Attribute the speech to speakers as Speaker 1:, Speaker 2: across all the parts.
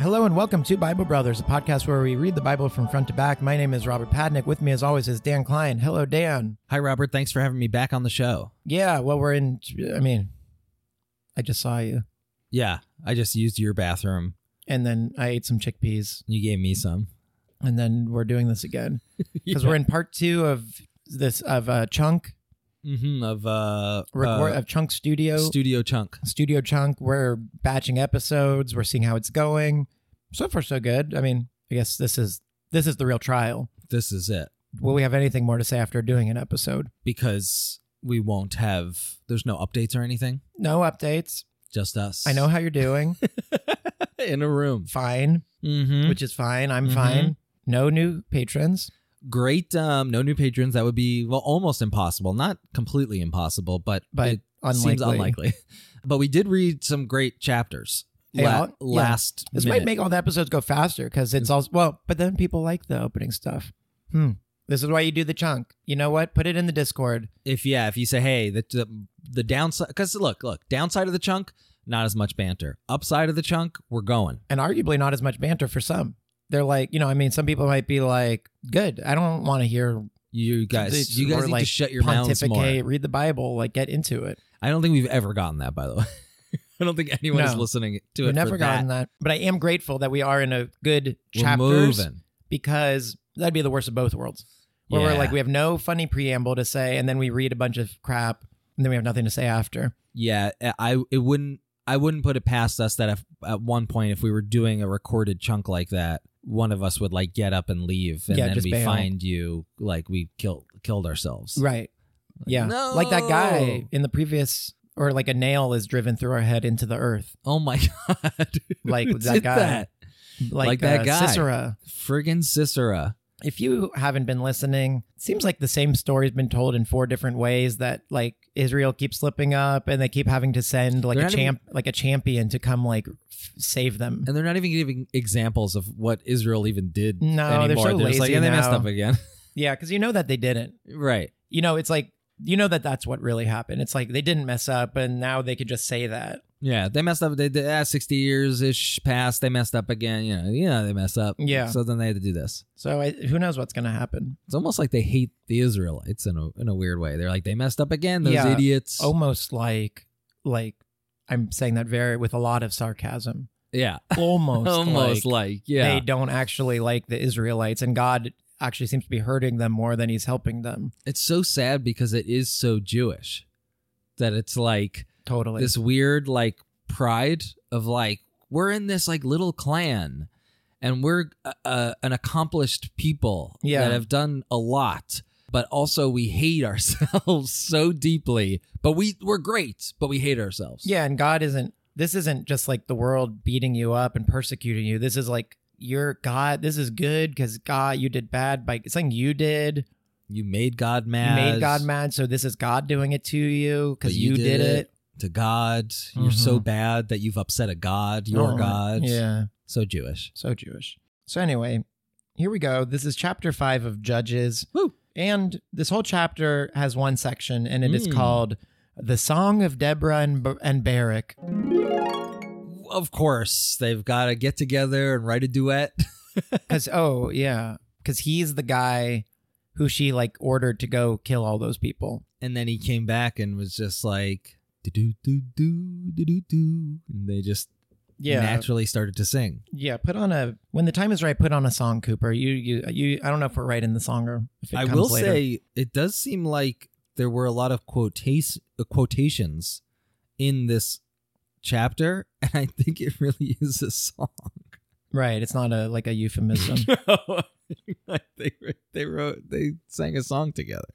Speaker 1: Hello and welcome to Bible Brothers, a podcast where we read the Bible from front to back. My name is Robert Padnick. With me, as always, is Dan Klein. Hello, Dan.
Speaker 2: Hi, Robert. Thanks for having me back on the show.
Speaker 1: Yeah, well, we're in. I mean, I just saw you,
Speaker 2: Yeah, I just used your bathroom.
Speaker 1: and then I ate some chickpeas,
Speaker 2: You gave me some.
Speaker 1: and then we're doing this again because we're in part two of this of uh, Chunk
Speaker 2: hmm of uh,
Speaker 1: record
Speaker 2: uh,
Speaker 1: of Chunk Studio
Speaker 2: studio chunk.
Speaker 1: Studio Chunk. We're batching episodes. We're seeing how it's going. So far, so good. I mean, I guess this is this is the real trial.
Speaker 2: This is it
Speaker 1: Will we have anything more to say after doing an episode?
Speaker 2: because we won't have. There's no updates or anything.
Speaker 1: No updates.
Speaker 2: Just us.
Speaker 1: I know how you're doing.
Speaker 2: in a room.
Speaker 1: fine,
Speaker 2: Mm-hmm.
Speaker 1: which is fine. I'm
Speaker 2: Mhm.
Speaker 1: fine. No new patrons.
Speaker 2: Great. Um, no new patrons. That would be well almost impossible. Not completely impossible, but
Speaker 1: But
Speaker 2: it
Speaker 1: Unlikely.
Speaker 2: seems unlikely. but we did read some great chapters.
Speaker 1: Yeah,
Speaker 2: la-
Speaker 1: I'll- yeah.
Speaker 2: Last
Speaker 1: This
Speaker 2: minute.
Speaker 1: might make all the episodes go faster because
Speaker 2: Hmm.
Speaker 1: it's all well. But then people like the opening stuff. Hmm. This is why you do the chunk. You know what? Put it in the Discord.
Speaker 2: if yeah, if you say, hey, the the, the downside, because look, look, downside of the chunk, not as much banter. Upside of the chunk, we're going.
Speaker 1: And arguably not as much banter for some. They're like, you know, I mean, some people might be like, good. I don't want to hear
Speaker 2: You guys,
Speaker 1: It's-
Speaker 2: you
Speaker 1: we're
Speaker 2: guys need
Speaker 1: like
Speaker 2: to shut your mouths more.
Speaker 1: pontificate, read the Bible, like get into it.
Speaker 2: I don't think we've ever gotten that, by the way. I don't think anyone is
Speaker 1: No.
Speaker 2: listening to
Speaker 1: We've
Speaker 2: it.
Speaker 1: never
Speaker 2: for
Speaker 1: gotten that. But I am grateful that we are in a good
Speaker 2: We're
Speaker 1: chapters
Speaker 2: moving.
Speaker 1: because that'd be the worst of both worlds. where we're
Speaker 2: Yeah.
Speaker 1: like we have no funny preamble to say and then we read a bunch of crap and then we have nothing to say after
Speaker 2: Yeah, eh, I it wouldn't I wouldn't put it past us that if at one point if we were doing a recorded chunk like that, one of us would like get up and leave, and
Speaker 1: Yeah,
Speaker 2: then
Speaker 1: just
Speaker 2: we
Speaker 1: bail.
Speaker 2: find you like we killed killed ourselves.
Speaker 1: right yeah
Speaker 2: no.
Speaker 1: like that guy in the previous or like a nail is driven through our head into the earth
Speaker 2: Oh my god!
Speaker 1: Like
Speaker 2: Who
Speaker 1: that
Speaker 2: did
Speaker 1: guy. like,
Speaker 2: Like that
Speaker 1: uh,
Speaker 2: guy.
Speaker 1: Sisera.
Speaker 2: friggin' Sisera.
Speaker 1: if you haven't been listening it seems like the same story's been told in four different ways that like israel keeps slipping up and they keep having to send like
Speaker 2: They're
Speaker 1: a
Speaker 2: not
Speaker 1: champ like a champion to come like f- save them
Speaker 2: And they're not even giving examples of what Israel even did
Speaker 1: No, they're
Speaker 2: anymore.
Speaker 1: so
Speaker 2: just like,
Speaker 1: lazy
Speaker 2: and they messed
Speaker 1: now."
Speaker 2: up again.
Speaker 1: yeah because you know that they didn't
Speaker 2: right.
Speaker 1: you know, it's like you know that that's what really happened. It's like they didn't mess up, and now they could just say that.
Speaker 2: Yeah, they messed up. They did ah, 60 years ish past. They messed up again. You know, you know, they mess up.
Speaker 1: Yeah.
Speaker 2: So then they had to do this.
Speaker 1: So I, who knows what's going to happen?
Speaker 2: It's almost like they hate the Israelites in a, in a weird way. They're like, they messed up again, those
Speaker 1: Yeah. Oh
Speaker 2: idiots.
Speaker 1: Almost like like I'm saying that very with a lot of sarcasm.
Speaker 2: yeah.
Speaker 1: Almost,
Speaker 2: Almost
Speaker 1: like,
Speaker 2: like, yeah.
Speaker 1: they don't actually like the Israelites, and God actually seems to be hurting them more than He's helping them.
Speaker 2: it's so sad because it is so Jewish that it's like,
Speaker 1: Totally.
Speaker 2: this weird like pride of like we're in this like little clan and we're uh, uh, an accomplished people
Speaker 1: Yeah.
Speaker 2: that have done a lot but also we hate ourselves so deeply but we we're great but we hate ourselves
Speaker 1: yeah, and God isn't. This isn't just like the world beating you up and persecuting you. This is like your God. This is good because God, you did bad by something you did.
Speaker 2: you made god
Speaker 1: You
Speaker 2: mad
Speaker 1: made God mad, so this is God doing it to you because you, did it.
Speaker 2: to god you're so bad that you've upset a god your
Speaker 1: Mm-hmm. Oh,
Speaker 2: god
Speaker 1: Yeah,
Speaker 2: so jewish
Speaker 1: so Jewish. So anyway, here we go. This is chapter five of Judges,
Speaker 2: Woo.
Speaker 1: and this whole chapter has one section, and it is
Speaker 2: Mm.
Speaker 1: called "The Song of Deborah and, Ba- and Barak."
Speaker 2: of course they've got to get together and write a duet
Speaker 1: Because oh yeah, because he's the guy who she like ordered to go kill all those people.
Speaker 2: and then he came back and was just like do do do do do do do and they just
Speaker 1: Yeah,
Speaker 2: naturally started to sing
Speaker 1: yeah. Put on a when the time is right. Put on a song, Cooper. You you you. I don't know if we're right in the song or if it
Speaker 2: i
Speaker 1: comes
Speaker 2: will
Speaker 1: later.
Speaker 2: say it does seem like there were a lot of quotas- uh, quotations in this chapter and i think it really is a song
Speaker 1: Right. It's not a like a euphemism.
Speaker 2: they, wrote- they wrote they sang a song together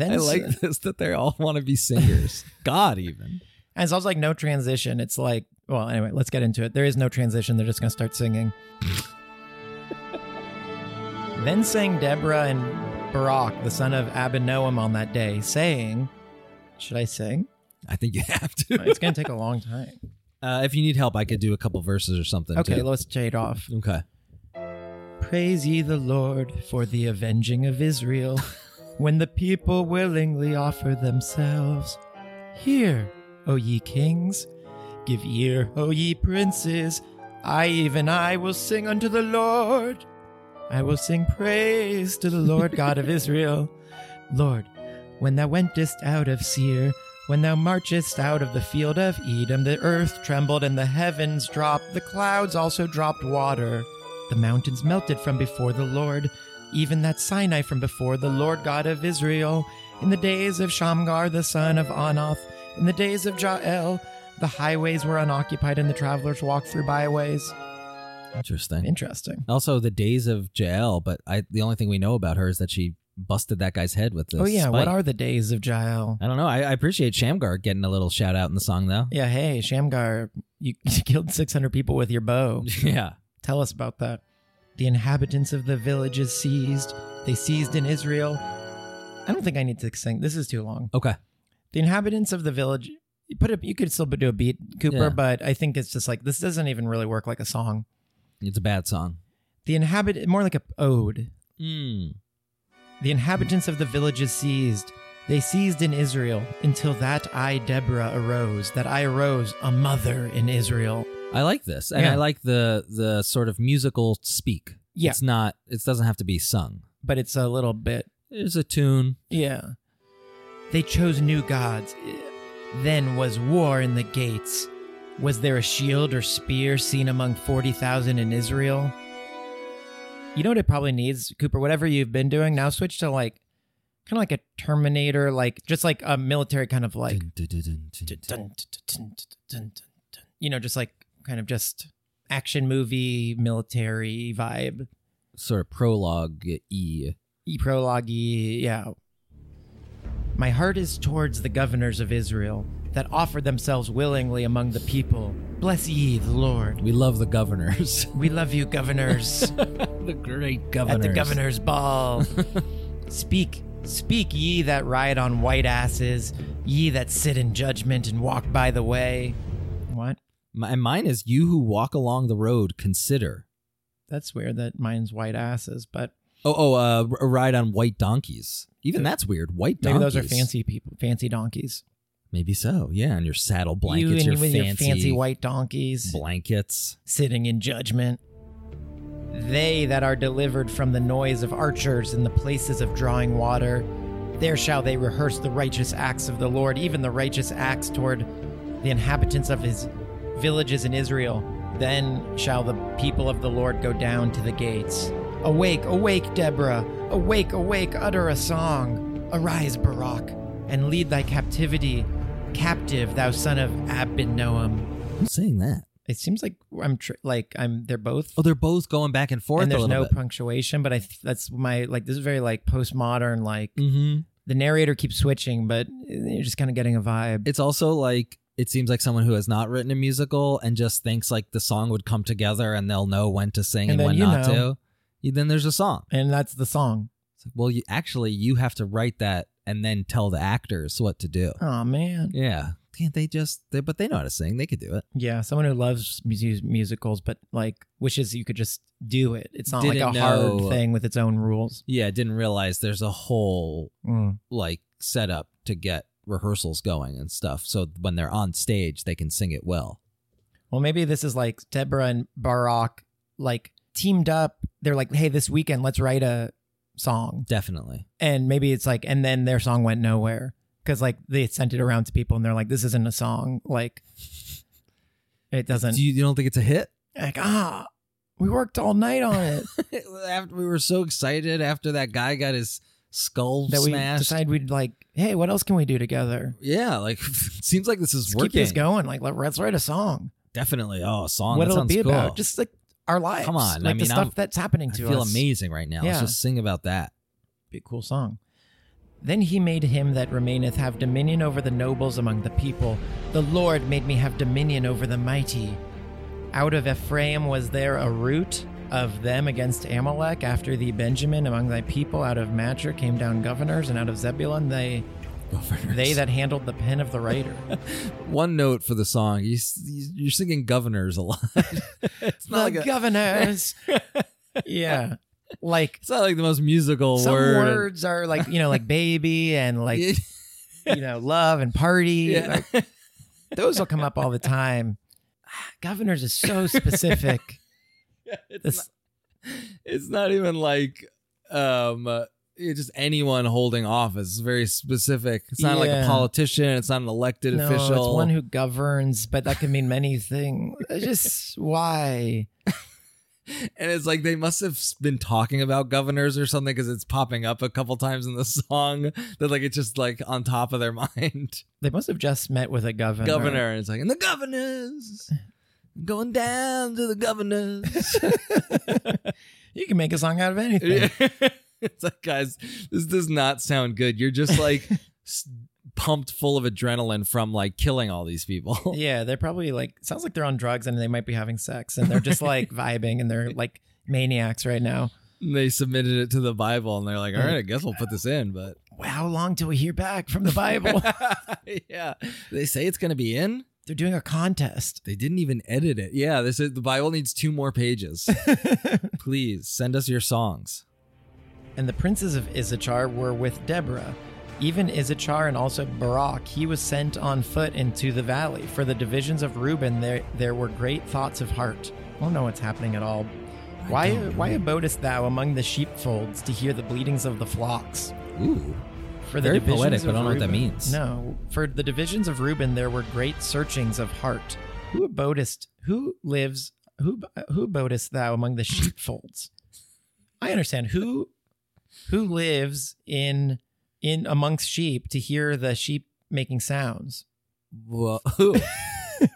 Speaker 1: then
Speaker 2: i like
Speaker 1: uh,
Speaker 2: this that they all want to be singers god even
Speaker 1: and it's also like no transition. It's like well, anyway, let's get into it. There is no transition. They're just gonna start singing. then sang Deborah and Barak, the son of Abinoam, on that day, saying, "Should I sing?
Speaker 2: i think you have to
Speaker 1: It's gonna take a long time."
Speaker 2: uh, if you need help i could do a couple verses or something
Speaker 1: Okay,
Speaker 2: too.
Speaker 1: let's jade off.
Speaker 2: Okay.
Speaker 1: Praise ye the Lord for the avenging of Israel, when the people willingly offer themselves. Hear, O ye kings, give ear, O ye princes. I even I will sing unto the Lord. I will sing praise to the Lord God of Israel. Lord, when thou wentest out of Seir, when thou marchest out of the field of Edom, the earth trembled and the heavens dropped, the clouds also dropped water. The mountains melted from before the Lord, even that Sinai from before the Lord God of Israel, in the days of Shamgar the son of Anath, in the days of Jael, the highways were unoccupied and the travelers walked through byways.
Speaker 2: Interesting.
Speaker 1: Interesting.
Speaker 2: Also, the days of Jael, but I the only thing we know about her is that she busted that guy's head with this.
Speaker 1: oh yeah,
Speaker 2: spike.
Speaker 1: what are the days of Jael?
Speaker 2: I don't know. I, I appreciate Shamgar getting a little shout out in the song though.
Speaker 1: Yeah, hey, Shamgar, you, you killed 600 people with your bow.
Speaker 2: Yeah.
Speaker 1: Tell us about that. The inhabitants of the villages seized. They seized in Israel. I don't think I need to sing. This is too long.
Speaker 2: Okay.
Speaker 1: The inhabitants of the village. You put a, You could still do a beat, Cooper,
Speaker 2: Yeah.
Speaker 1: but I think it's just like this doesn't even really work like a song.
Speaker 2: It's a bad song.
Speaker 1: The inhabit more like a ode.
Speaker 2: Mm.
Speaker 1: The inhabitants of the villages seized. They seized in Israel until that I Deborah arose. That I arose a mother in Israel.
Speaker 2: I like this, and
Speaker 1: Yeah.
Speaker 2: I like the the sort of musical speak.
Speaker 1: Yeah.
Speaker 2: It's not. It doesn't have to be sung.
Speaker 1: But it's a little bit
Speaker 2: There's a tune.
Speaker 1: Yeah. They chose new gods. Then was war in the gates. Was there a shield or spear seen among 40,000 in Israel? You know what it probably needs, Cooper? Whatever you've been doing, now switch to like kind of like a Terminator, like just like a military kind of like,
Speaker 2: Dun, dun, dun, dun, dun,
Speaker 1: dun, dun,
Speaker 2: dun.
Speaker 1: dun, dun, dun, dun, dun. you know, just like kind of just action movie, military vibe.
Speaker 2: sort of prologue e.
Speaker 1: E prologue, yeah. My heart is towards the governors of Israel that offer themselves willingly among the people. Bless ye the Lord.
Speaker 2: We love the governors.
Speaker 1: We love you, governors,
Speaker 2: the great
Speaker 1: at
Speaker 2: governors.
Speaker 1: the governor's ball. speak, speak, ye that ride on white asses, ye that sit in judgment and walk by the way. What?
Speaker 2: My, and mine is you who walk along the road. Consider.
Speaker 1: That's weird that mine's white asses, but
Speaker 2: Oh, oh, uh, r- ride on white donkeys. Even that's weird. White
Speaker 1: maybe
Speaker 2: donkeys.
Speaker 1: those are fancy people, fancy donkeys.
Speaker 2: Maybe so. Yeah, and your saddle
Speaker 1: you
Speaker 2: blankets,
Speaker 1: and
Speaker 2: your,
Speaker 1: with
Speaker 2: fancy
Speaker 1: your fancy white donkeys.
Speaker 2: blankets.
Speaker 1: sitting in judgment. They that are delivered from the noise of archers in the places of drawing water, there shall they rehearse the righteous acts of the Lord, even the righteous acts toward the inhabitants of his villages in Israel. Then shall the people of the Lord go down to the gates. Awake, awake, Deborah! Awake, awake, utter a song! Arise, Barak, and lead thy captivity, captive, thou son of Abinoam.
Speaker 2: Who's saying that?
Speaker 1: It seems like I'm tr- like I'm. They're both.
Speaker 2: Oh, they're both going back and forth
Speaker 1: and
Speaker 2: a
Speaker 1: there's
Speaker 2: little
Speaker 1: no
Speaker 2: bit.
Speaker 1: punctuation, but I th- that's my like this is very like postmodern like
Speaker 2: mm-hmm.
Speaker 1: the narrator keeps switching, but you're just kind of getting a vibe.
Speaker 2: It's also like it seems like someone who has not written a musical and just thinks like the song would come together and they'll know when to sing
Speaker 1: And
Speaker 2: and,
Speaker 1: then
Speaker 2: when
Speaker 1: you
Speaker 2: not
Speaker 1: know.
Speaker 2: to. You- Then there's a song.
Speaker 1: and that's the song.
Speaker 2: It's like, well, you actually you have to write that and then tell the actors what to do.
Speaker 1: Oh man,
Speaker 2: Yeah, can't they just? They, but they know how to sing. They could do it.
Speaker 1: yeah. Someone who loves mus- musicals, but like wishes you could just do it. It's not like
Speaker 2: Didn't
Speaker 1: a
Speaker 2: know.
Speaker 1: hard thing with its own rules. Mm.
Speaker 2: Yeah, didn't realize there's a whole like setup to get rehearsals going and stuff. So when they're on stage, they can sing it well.
Speaker 1: Well, maybe this is like Deborah and Barak like teamed up. They're like, hey, this weekend let's write a song.
Speaker 2: Definitely.
Speaker 1: and maybe it's like and then their song went nowhere because like they sent it around to people and they're like this isn't a song like it doesn't
Speaker 2: Do you, you don't think it's a hit?
Speaker 1: like ah we worked all night on it
Speaker 2: after we were so excited after that guy got his skull
Speaker 1: that we
Speaker 2: smashed.
Speaker 1: decided we'd like hey what else can we do together
Speaker 2: yeah, like seems like this is
Speaker 1: Let's
Speaker 2: working.
Speaker 1: keep this going like let- let's write a song
Speaker 2: Definitely. Oh, a song. that
Speaker 1: what'll it
Speaker 2: sounds
Speaker 1: be
Speaker 2: cool.
Speaker 1: about just like our lives
Speaker 2: Come on, I
Speaker 1: like the
Speaker 2: mean,
Speaker 1: stuff
Speaker 2: I'm-
Speaker 1: that's happening
Speaker 2: I
Speaker 1: to
Speaker 2: feel
Speaker 1: us
Speaker 2: amazing right now.
Speaker 1: Yeah.
Speaker 2: Let's just sing about that.
Speaker 1: be a cool song. Then he made him that remaineth have dominion over the nobles among the people. The Lord made me have dominion over the mighty. Out of Ephraim was there a root of them against Amalek. After thee, Benjamin among thy people. Out of Machir came down governors, and out of Zebulun they
Speaker 2: Governors.
Speaker 1: they that handled the pen of the writer.
Speaker 2: One note for the song. You, s- you're singing governors a lot. it's
Speaker 1: the
Speaker 2: not like a,
Speaker 1: governors. yeah, like
Speaker 2: it's not like the most musical
Speaker 1: some
Speaker 2: word.
Speaker 1: words are like you know like baby and like
Speaker 2: Yeah.
Speaker 1: you know love and party.
Speaker 2: Yeah.
Speaker 1: Those will come up all the time. Governors are so specific.
Speaker 2: it's,
Speaker 1: This-
Speaker 2: not, it's not even like um uh, it's just anyone holding office. It's very specific. It's not like a
Speaker 1: Yeah.
Speaker 2: politician. It's not an elected
Speaker 1: no,
Speaker 2: official.
Speaker 1: it's one who governs, but that can mean many things. It's Just why?
Speaker 2: and it's like they must have been talking about governors or something because it's popping up a couple times in the song. That like it's just like on top of their mind.
Speaker 1: They must have just met with a governor.
Speaker 2: Governor. And it's like and the governors going down to the governors.
Speaker 1: You can make a song out of anything.
Speaker 2: Yeah. it's like, guys, this does not sound good. You're just like s- pumped full of adrenaline from like killing all these people.
Speaker 1: Yeah, they're probably like sounds like they're on drugs and they might be having sex and they're just like vibing and they're like maniacs right now.
Speaker 2: And they submitted it to the Bible and they're like, all right, I guess we'll put this in. But
Speaker 1: How long till we hear back from the Bible?
Speaker 2: yeah, they say it's going to be in.
Speaker 1: they're doing a contest.
Speaker 2: They didn't even edit it. Yeah, this is the Bible needs two more pages. Please send us your songs.
Speaker 1: And the princes of Issachar were with Deborah. Even Issachar and also Barak, he was sent on foot into the valley. For the divisions of Reuben, there there were great thoughts of heart. I don't know what's happening at all. Why
Speaker 2: don't
Speaker 1: why
Speaker 2: know.
Speaker 1: abodest thou among the sheepfolds to hear the bleatings of the flocks?
Speaker 2: Ooh,
Speaker 1: For the
Speaker 2: Very
Speaker 1: divisions
Speaker 2: poetic,
Speaker 1: of
Speaker 2: but I don't know what that
Speaker 1: Reuben-
Speaker 2: means.
Speaker 1: No, for the divisions of Reuben, there were great searchings of heart. Who abodest? Who lives? Who who abodest thou among the sheepfolds? I understand who who lives in in amongst sheep to hear the sheep making sounds.
Speaker 2: well,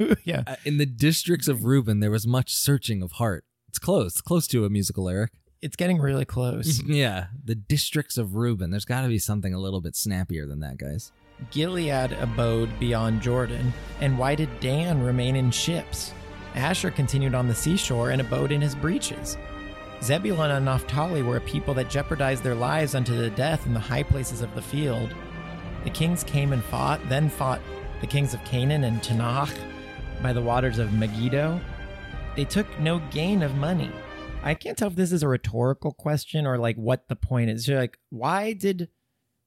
Speaker 2: Uh,
Speaker 1: yeah,
Speaker 2: in the districts of Reuben, there was much searching of heart. It's close, close to a musical lyric.
Speaker 1: it's getting really close.
Speaker 2: Yeah, the districts of Reuben. There's got to be something a little bit snappier than that, guys.
Speaker 1: Gilead abode beyond Jordan, and why did Dan remain in ships? Asher continued on the seashore and abode in his breeches. Zebulun and Naphtali were a people that jeopardized their lives unto the death in the high places of the field. The kings came and fought, then fought the kings of Canaan and Tanakh by the waters of Megiddo. They took no gain of money. I can't tell if this is a rhetorical question or like what the point is. You're like, why did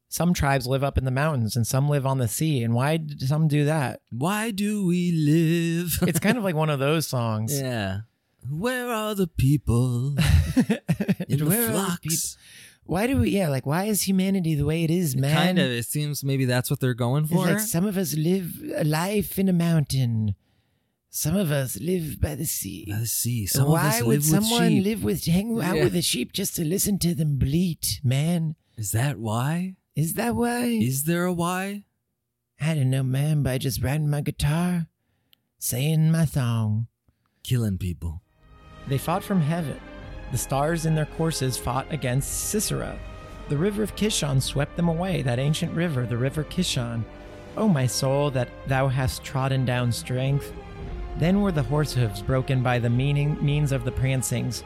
Speaker 1: some tribes live up in the mountains and some live on the sea and why did some do that
Speaker 2: Why do we live?
Speaker 1: it's kind of like one of those songs
Speaker 2: yeah. Where are the people in the
Speaker 1: Where are the
Speaker 2: flocks?
Speaker 1: peop- why do we yeah like why is humanity the way it is man
Speaker 2: Kind of. It seems maybe that's what they're going
Speaker 1: It's
Speaker 2: for.
Speaker 1: like some of us live a life in a mountain some of us live by the sea
Speaker 2: By the sea. Some
Speaker 1: why
Speaker 2: of us live
Speaker 1: would
Speaker 2: with
Speaker 1: someone
Speaker 2: sheep.
Speaker 1: live with hang out
Speaker 2: Yeah.
Speaker 1: with a sheep just to listen to them bleat man
Speaker 2: Is that why?
Speaker 1: is that why
Speaker 2: Is there a why?
Speaker 1: i don't know man by just riding my guitar saying my song
Speaker 2: Killing people.
Speaker 1: They fought from heaven. The stars in their courses fought against Sisera. The river of Kishon swept them away, that ancient river, the river Kishon. O my soul, that thou hast trodden down strength. Then were the horse hooves broken by the meaning, means of the prancings,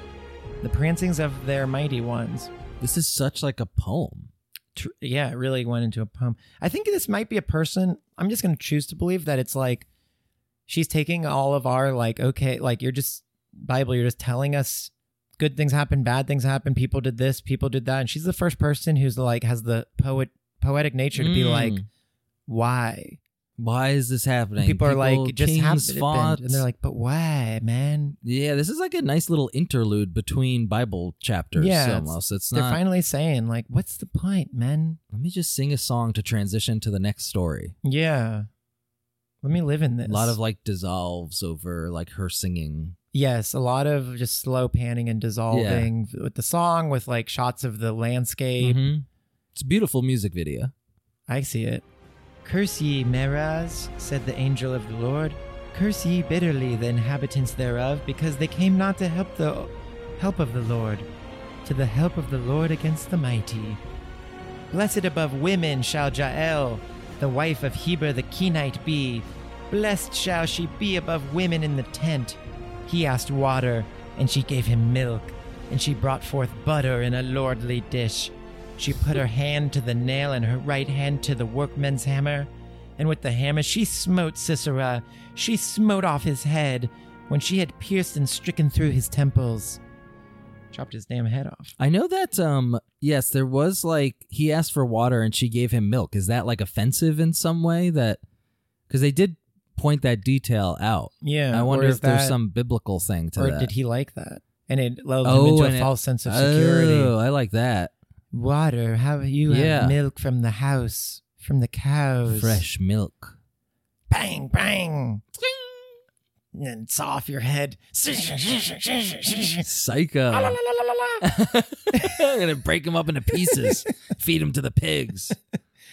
Speaker 1: the prancings of their mighty ones.
Speaker 2: This is such like a poem.
Speaker 1: Tr- yeah, it really went into a poem. I think this might be a person. I'm just going to choose to believe that it's like she's taking all of our, like, okay, like you're just, Bible, you're just telling us good things happen, bad things happen, people did this, people did that. And she's the first person who's like, has the poet, poetic nature to be
Speaker 2: Mm.
Speaker 1: like, why?
Speaker 2: why is this happening?
Speaker 1: People, are like, it just
Speaker 2: kings
Speaker 1: happened. it
Speaker 2: fought.
Speaker 1: happened. And they're like, but why, man?
Speaker 2: Yeah, this is like a nice little interlude between Bible chapters
Speaker 1: Yeah, it's-
Speaker 2: almost. It's,
Speaker 1: they're
Speaker 2: not
Speaker 1: finally saying, like, what's the point, man?
Speaker 2: let me just sing a song to transition to the next story.
Speaker 1: Yeah. Let me live in this.
Speaker 2: A lot of like dissolves over like her singing.
Speaker 1: Yes, a lot of just slow panning and dissolving with the song, with like shots of the landscape.
Speaker 2: Mhm. It's a beautiful music video.
Speaker 1: I see it. Curse ye, Meraz, said the angel of the Lord. Curse ye bitterly the inhabitants thereof, because they came not to help the help of the Lord, to the help of the Lord against the mighty. Blessed above women shall Jael, the wife of Heber the Kenite, be. Blessed shall she be above women in the tent. He asked water, and she gave him milk, and she brought forth butter in a lordly dish. She put her hand to the nail and her right hand to the workman's hammer, and with the hammer she smote Sisera. She smote off his head when she had pierced and stricken through his temples. Chopped his damn head off.
Speaker 2: I know that um yes, there was like he asked for water and she gave him milk. Is that like offensive in some way that cuz they did point that detail out.
Speaker 1: Yeah.
Speaker 2: I wonder
Speaker 1: or is
Speaker 2: if there's
Speaker 1: that-
Speaker 2: some biblical thing to
Speaker 1: Or
Speaker 2: that.
Speaker 1: did he like that? And it lulled
Speaker 2: Oh,
Speaker 1: him into
Speaker 2: and
Speaker 1: a
Speaker 2: it-
Speaker 1: false sense of security.
Speaker 2: Oh, I like that.
Speaker 1: Water, how you
Speaker 2: Yeah.
Speaker 1: have milk from the house, from the cows.
Speaker 2: Fresh milk.
Speaker 1: Bang, bang. And then saw off your head.
Speaker 2: Psycho. I'm gonna break him up into pieces. feed him to the pigs.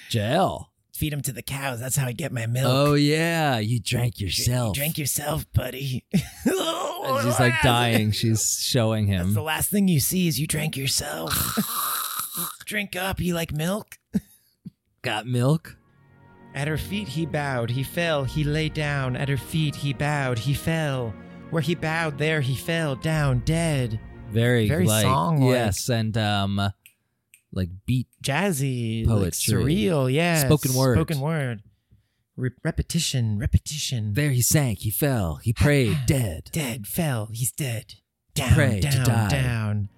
Speaker 2: Jail.
Speaker 1: Feed him to the cows. That's how I get my milk.
Speaker 2: Oh yeah, you drank
Speaker 1: Dr-
Speaker 2: yourself.
Speaker 1: Drink yourself, buddy.
Speaker 2: And she's like dying. She's showing
Speaker 1: That's
Speaker 2: him.
Speaker 1: the last thing you see is you drank yourself. Drink up. You like milk?
Speaker 2: Got milk.
Speaker 1: At her feet he bowed, he fell, he lay down. At her feet he bowed, he fell. Where he bowed, there he fell down dead.
Speaker 2: Very,
Speaker 1: Very
Speaker 2: like,
Speaker 1: song-like.
Speaker 2: Yes, and um, like beat.
Speaker 1: Jazzy, like
Speaker 2: Poetry.
Speaker 1: surreal, yeah.
Speaker 2: Spoken word.
Speaker 1: Spoken word. Re- repetition, repetition.
Speaker 2: There he sank. He fell. He prayed. dead.
Speaker 1: Dead, fell, he's dead. Down,
Speaker 2: Pray to
Speaker 1: down,
Speaker 2: die.
Speaker 1: down.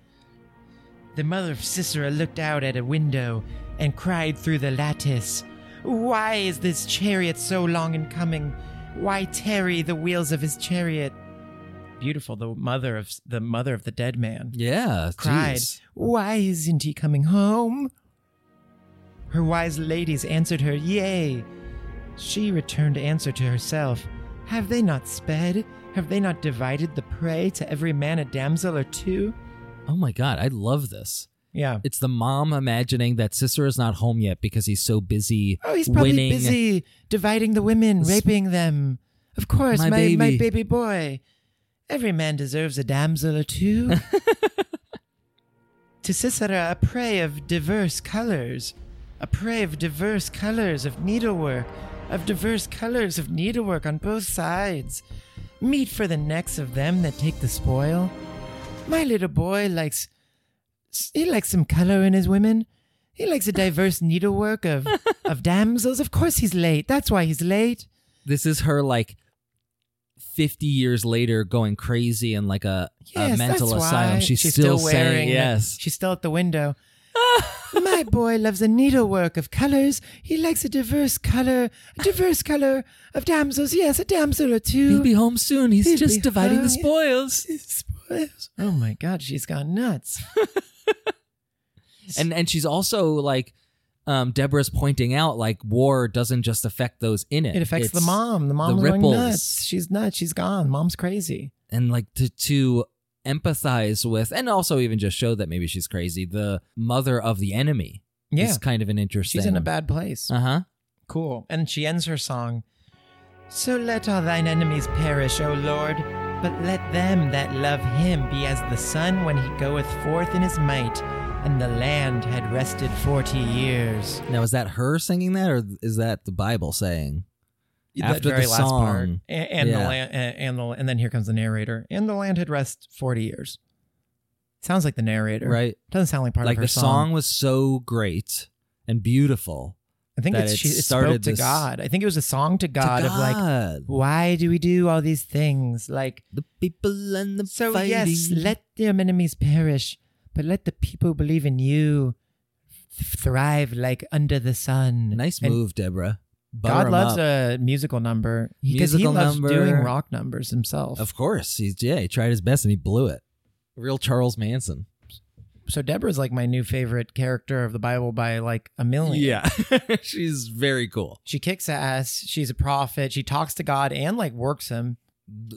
Speaker 1: The mother of Sisera looked out at a window and cried through the lattice, Why is this chariot so long in coming? Why tarry the wheels of his chariot? Beautiful, the mother of the mother of the dead man
Speaker 2: Yeah.
Speaker 1: cried,
Speaker 2: jeez.
Speaker 1: Why isn't he coming home? Her wise ladies answered her, Yea. She returned answer to herself, Have they not sped? Have they not divided the prey to every man a damsel or two?
Speaker 2: Oh my god, I love this.
Speaker 1: Yeah.
Speaker 2: It's the mom imagining that Sisera's not home yet because he's so busy
Speaker 1: Oh, he's probably
Speaker 2: winning.
Speaker 1: busy dividing the women,
Speaker 2: Sp-
Speaker 1: raping them. Of course,
Speaker 2: My
Speaker 1: my, my
Speaker 2: baby.
Speaker 1: baby boy. Every man deserves a damsel or two. to Sisera, a prey of diverse colors, a prey of diverse colors of needlework, of diverse colors of needlework on both sides. Meat for the necks of them that take the spoil. My little boy likes. He likes some color in his women. He likes a diverse needlework of, of damsels. Of course he's late. That's why he's late.
Speaker 2: This is her like 50 years later going crazy in like a, a
Speaker 1: Yes,
Speaker 2: mental
Speaker 1: that's
Speaker 2: asylum.
Speaker 1: why.
Speaker 2: She's, still, saying
Speaker 1: wearing-
Speaker 2: yes.
Speaker 1: She's still at the window. My boy loves a needlework of colors. He likes a diverse color, a diverse color of damsels. Yes, a damsel or
Speaker 2: He'll
Speaker 1: two.
Speaker 2: be home soon. He's
Speaker 1: He'll
Speaker 2: just
Speaker 1: be
Speaker 2: dividing the
Speaker 1: fine.
Speaker 2: spoils.
Speaker 1: oh my God, she's gone nuts.
Speaker 2: And and she's also like um Deborah's pointing out like war doesn't just affect those in it.
Speaker 1: It affects the
Speaker 2: It's-
Speaker 1: mom. The mom's going
Speaker 2: ripples.
Speaker 1: nuts. She's nuts. She's gone. Mom's crazy.
Speaker 2: and like to to empathize with and also even just show that maybe she's crazy the mother of the enemy
Speaker 1: Yeah,
Speaker 2: is kind of an interesting
Speaker 1: she's in a bad place.
Speaker 2: uh-huh
Speaker 1: Cool. And she ends her song So let all thine enemies perish, O Lord, but let them that love him be as the sun when he goeth forth in his might, and the land had rested forty years.
Speaker 2: now is that her singing that or is that the bible saying After the song.
Speaker 1: A- and,
Speaker 2: Yeah.
Speaker 1: the land, and the and then here comes the narrator. And the land had rest forty years. Sounds like the narrator,
Speaker 2: right
Speaker 1: Doesn't sound like part
Speaker 2: like
Speaker 1: of her
Speaker 2: the song. was so great and beautiful
Speaker 1: I think
Speaker 2: that
Speaker 1: it's,
Speaker 2: it
Speaker 1: she, it
Speaker 2: started
Speaker 1: spoke to
Speaker 2: this-
Speaker 1: God. I think it was a song to
Speaker 2: To
Speaker 1: God of like,
Speaker 2: God.
Speaker 1: why do we do all these things? Like,
Speaker 2: the people and the
Speaker 1: So
Speaker 2: fighting.
Speaker 1: yes, let their enemies perish, but let the people believe in you th- thrive like under the sun.
Speaker 2: nice
Speaker 1: And
Speaker 2: move deborah Butter
Speaker 1: God
Speaker 2: 'em
Speaker 1: loves
Speaker 2: up.
Speaker 1: a musical number because he
Speaker 2: Musical
Speaker 1: loves
Speaker 2: number.
Speaker 1: doing rock numbers himself.
Speaker 2: of course he's yeah he tried his best and he blew it real charles manson
Speaker 1: so Deborah's like my new favorite character of the Bible by like a million.
Speaker 2: yeah she's very cool
Speaker 1: She kicks ass. She's a prophet. She talks to God and like works him.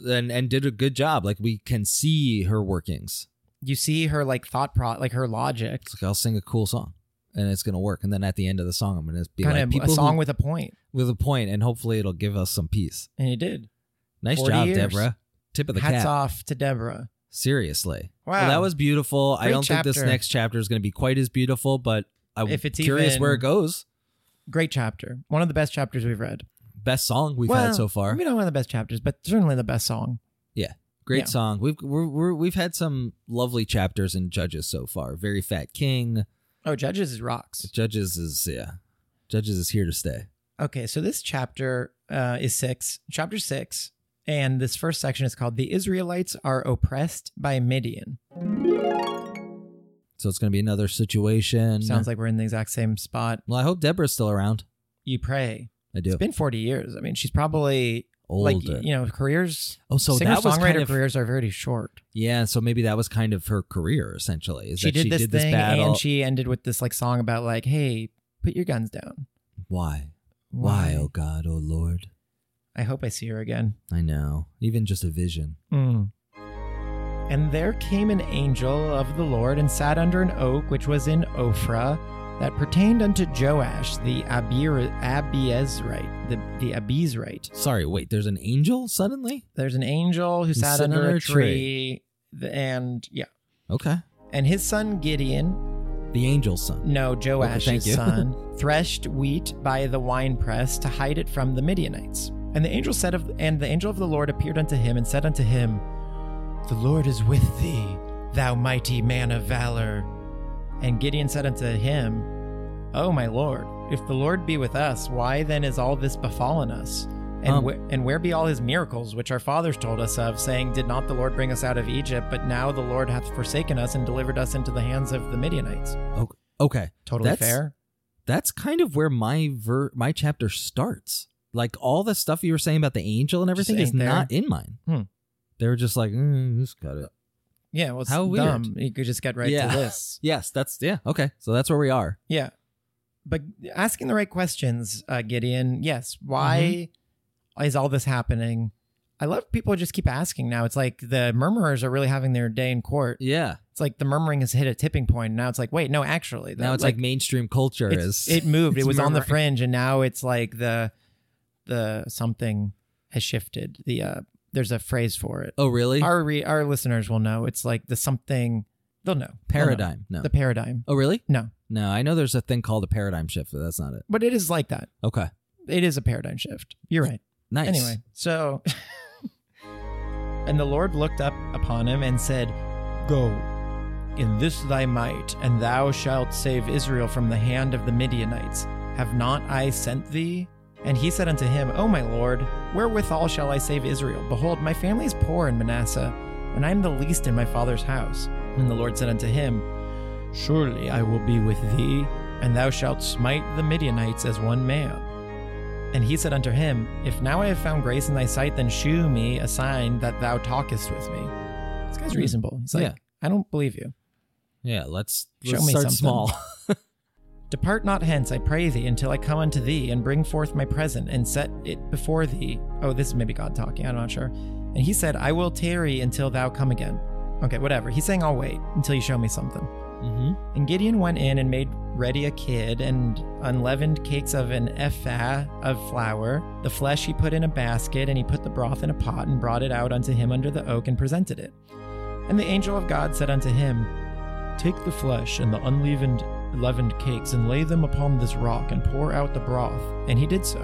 Speaker 2: and and did a good job. Like we can see her workings.
Speaker 1: You see her like thought pro, like her logic,
Speaker 2: It's like I'll sing a cool song and it's gonna work. And then at the end of the song, I'm gonna be
Speaker 1: kind
Speaker 2: like
Speaker 1: of a
Speaker 2: people
Speaker 1: song
Speaker 2: who-
Speaker 1: with a point.
Speaker 2: with a point, and hopefully it'll give us some peace.
Speaker 1: And he did.
Speaker 2: Nice
Speaker 1: 40
Speaker 2: job,
Speaker 1: years.
Speaker 2: Deborah. Tip of the
Speaker 1: Hats
Speaker 2: cap.
Speaker 1: off to Deborah.
Speaker 2: Seriously,
Speaker 1: Wow,
Speaker 2: Well, that was beautiful. I
Speaker 1: Great
Speaker 2: don't think this
Speaker 1: chapter.
Speaker 2: next chapter is gonna be quite as beautiful, but I'm
Speaker 1: If it's
Speaker 2: curious
Speaker 1: even-
Speaker 2: where it goes.
Speaker 1: great chapter. One of the best chapters we've read.
Speaker 2: Best song we've had
Speaker 1: Well,
Speaker 2: so far.
Speaker 1: Maybe not one of the best chapters, but certainly the best song.
Speaker 2: Great
Speaker 1: yeah.
Speaker 2: song. We've we're, we're, we've had some lovely chapters in Judges so far. Very Fat King.
Speaker 1: Oh, Judges is rocks.
Speaker 2: Judges is yeah. Judges is here to stay.
Speaker 1: Okay, so this chapter uh, is six, chapter six, and this first section is called "The Israelites Are Oppressed by Midian."
Speaker 2: So it's going to be another situation.
Speaker 1: Sounds like we're in the exact same spot.
Speaker 2: Well, I hope Deborah's still around.
Speaker 1: You pray.
Speaker 2: I do.
Speaker 1: It's been forty years. I mean, she's probably
Speaker 2: older.
Speaker 1: Like you know, careers
Speaker 2: oh, uh, so
Speaker 1: singer
Speaker 2: that was
Speaker 1: songwriter
Speaker 2: kind of
Speaker 1: careers are very short.
Speaker 2: yeah. So maybe that was kind of her career essentially. Is
Speaker 1: She
Speaker 2: that
Speaker 1: did
Speaker 2: she
Speaker 1: this
Speaker 2: did this
Speaker 1: thing
Speaker 2: battle?
Speaker 1: and she ended with this like song about like, hey, put your guns down.
Speaker 2: Why? Why? Oh God! Oh Lord!
Speaker 1: I hope I see her again.
Speaker 2: I know. Even just a vision.
Speaker 1: Mm. And there came an angel of the Lord and sat under an oak which was in Ophrah that pertained unto Joash the Abir- Abiezrite. The, the Abiezrite.
Speaker 2: Sorry. Wait. There's an angel suddenly.
Speaker 1: There's an angel who
Speaker 2: He's
Speaker 1: sat
Speaker 2: sitting
Speaker 1: under,
Speaker 2: under
Speaker 1: a
Speaker 2: a
Speaker 1: tree. th- And yeah.
Speaker 2: Okay.
Speaker 1: And his son Gideon,
Speaker 2: The angel's son.
Speaker 1: no, Joash's
Speaker 2: thank you.
Speaker 1: son, threshed wheat by the winepress to hide it from the Midianites. And the angel said of and the angel of the Lord appeared unto him and said unto him, The Lord is with thee, thou mighty man of valor. And Gideon said unto him, O my Lord, if the Lord be with us, why then is all this befallen us? And,
Speaker 2: Um,
Speaker 1: where, and where be all his miracles which our fathers told us of, saying, Did not the Lord bring us out of Egypt? But now the Lord hath forsaken us and delivered us into the hands of the Midianites.
Speaker 2: Okay.
Speaker 1: Mm. Totally
Speaker 2: That's-
Speaker 1: fair.
Speaker 2: That's kind of where my ver- my chapter starts. Like all the stuff you were saying about the angel and
Speaker 1: Just
Speaker 2: everything is
Speaker 1: ain't there.
Speaker 2: not in mine.
Speaker 1: Hmm.
Speaker 2: They were just like, mm, just got it.
Speaker 1: Yeah, well, it's
Speaker 2: How weird.
Speaker 1: dumb. You could just get right
Speaker 2: Yeah.
Speaker 1: to this.
Speaker 2: Yes, that's yeah. Okay, so that's where we are.
Speaker 1: Yeah. But asking the right questions, uh, Gideon. Yes. Why
Speaker 2: Mm-hmm.
Speaker 1: is all this happening? I love people just keep asking now. It's like the murmurers are really having their day in court.
Speaker 2: Yeah.
Speaker 1: It's like the murmuring has hit a tipping point. Now it's like, wait, no, actually.
Speaker 2: Now
Speaker 1: the-
Speaker 2: it's like, mainstream culture
Speaker 1: it's-
Speaker 2: is.
Speaker 1: it moved. it
Speaker 2: it's
Speaker 1: was on the
Speaker 2: murmuring.
Speaker 1: fringe, and now it's like the the something has shifted. The uh, there's a phrase for it.
Speaker 2: oh really?
Speaker 1: Our re- our listeners will know. It's like the something. They'll know They'll know.
Speaker 2: paradigm. No.
Speaker 1: The paradigm.
Speaker 2: oh really?
Speaker 1: No,
Speaker 2: No, I know there's a thing called a paradigm shift, but that's not it.
Speaker 1: but it is like that.
Speaker 2: Okay.
Speaker 1: It is a paradigm shift. You're right.
Speaker 2: Nice.
Speaker 1: Anyway, so. and the Lord looked up upon him and said, Go in this thy might, and thou shalt save Israel from the hand of the Midianites. Have not I sent thee? And he said unto him, O my Lord, wherewithal shall I save Israel? Behold, my family is poor in Manasseh, and I am the least in my father's house. And the Lord said unto him, Surely I will be with thee, and thou shalt smite the Midianites as one man. And he said unto him, If now I have found grace in thy sight, then shew me a sign that thou talkest with me. This guy's
Speaker 2: Hmm.
Speaker 1: reasonable. He's like,
Speaker 2: Yeah.
Speaker 1: I don't believe you.
Speaker 2: Yeah. Let's,
Speaker 1: Show
Speaker 2: let's
Speaker 1: me
Speaker 2: start
Speaker 1: something.
Speaker 2: small.
Speaker 1: Depart not hence, I pray thee, until I come unto thee, and bring forth my present, and set it before thee. Oh, this is maybe God talking, I'm not sure. And he said, I will tarry until thou come again. Okay, whatever. He's saying, I'll wait until you show me something.
Speaker 2: mm-hmm.
Speaker 1: And Gideon went in and made ready a kid and unleavened cakes of an ephah of flour. The flesh he put in a basket, and he put the broth in a pot, and brought it out unto him under the oak, and presented it. And the angel of God said unto him, Take the flesh and the unleavened leavened cakes, and lay them upon this rock, and pour out the broth. And he did so.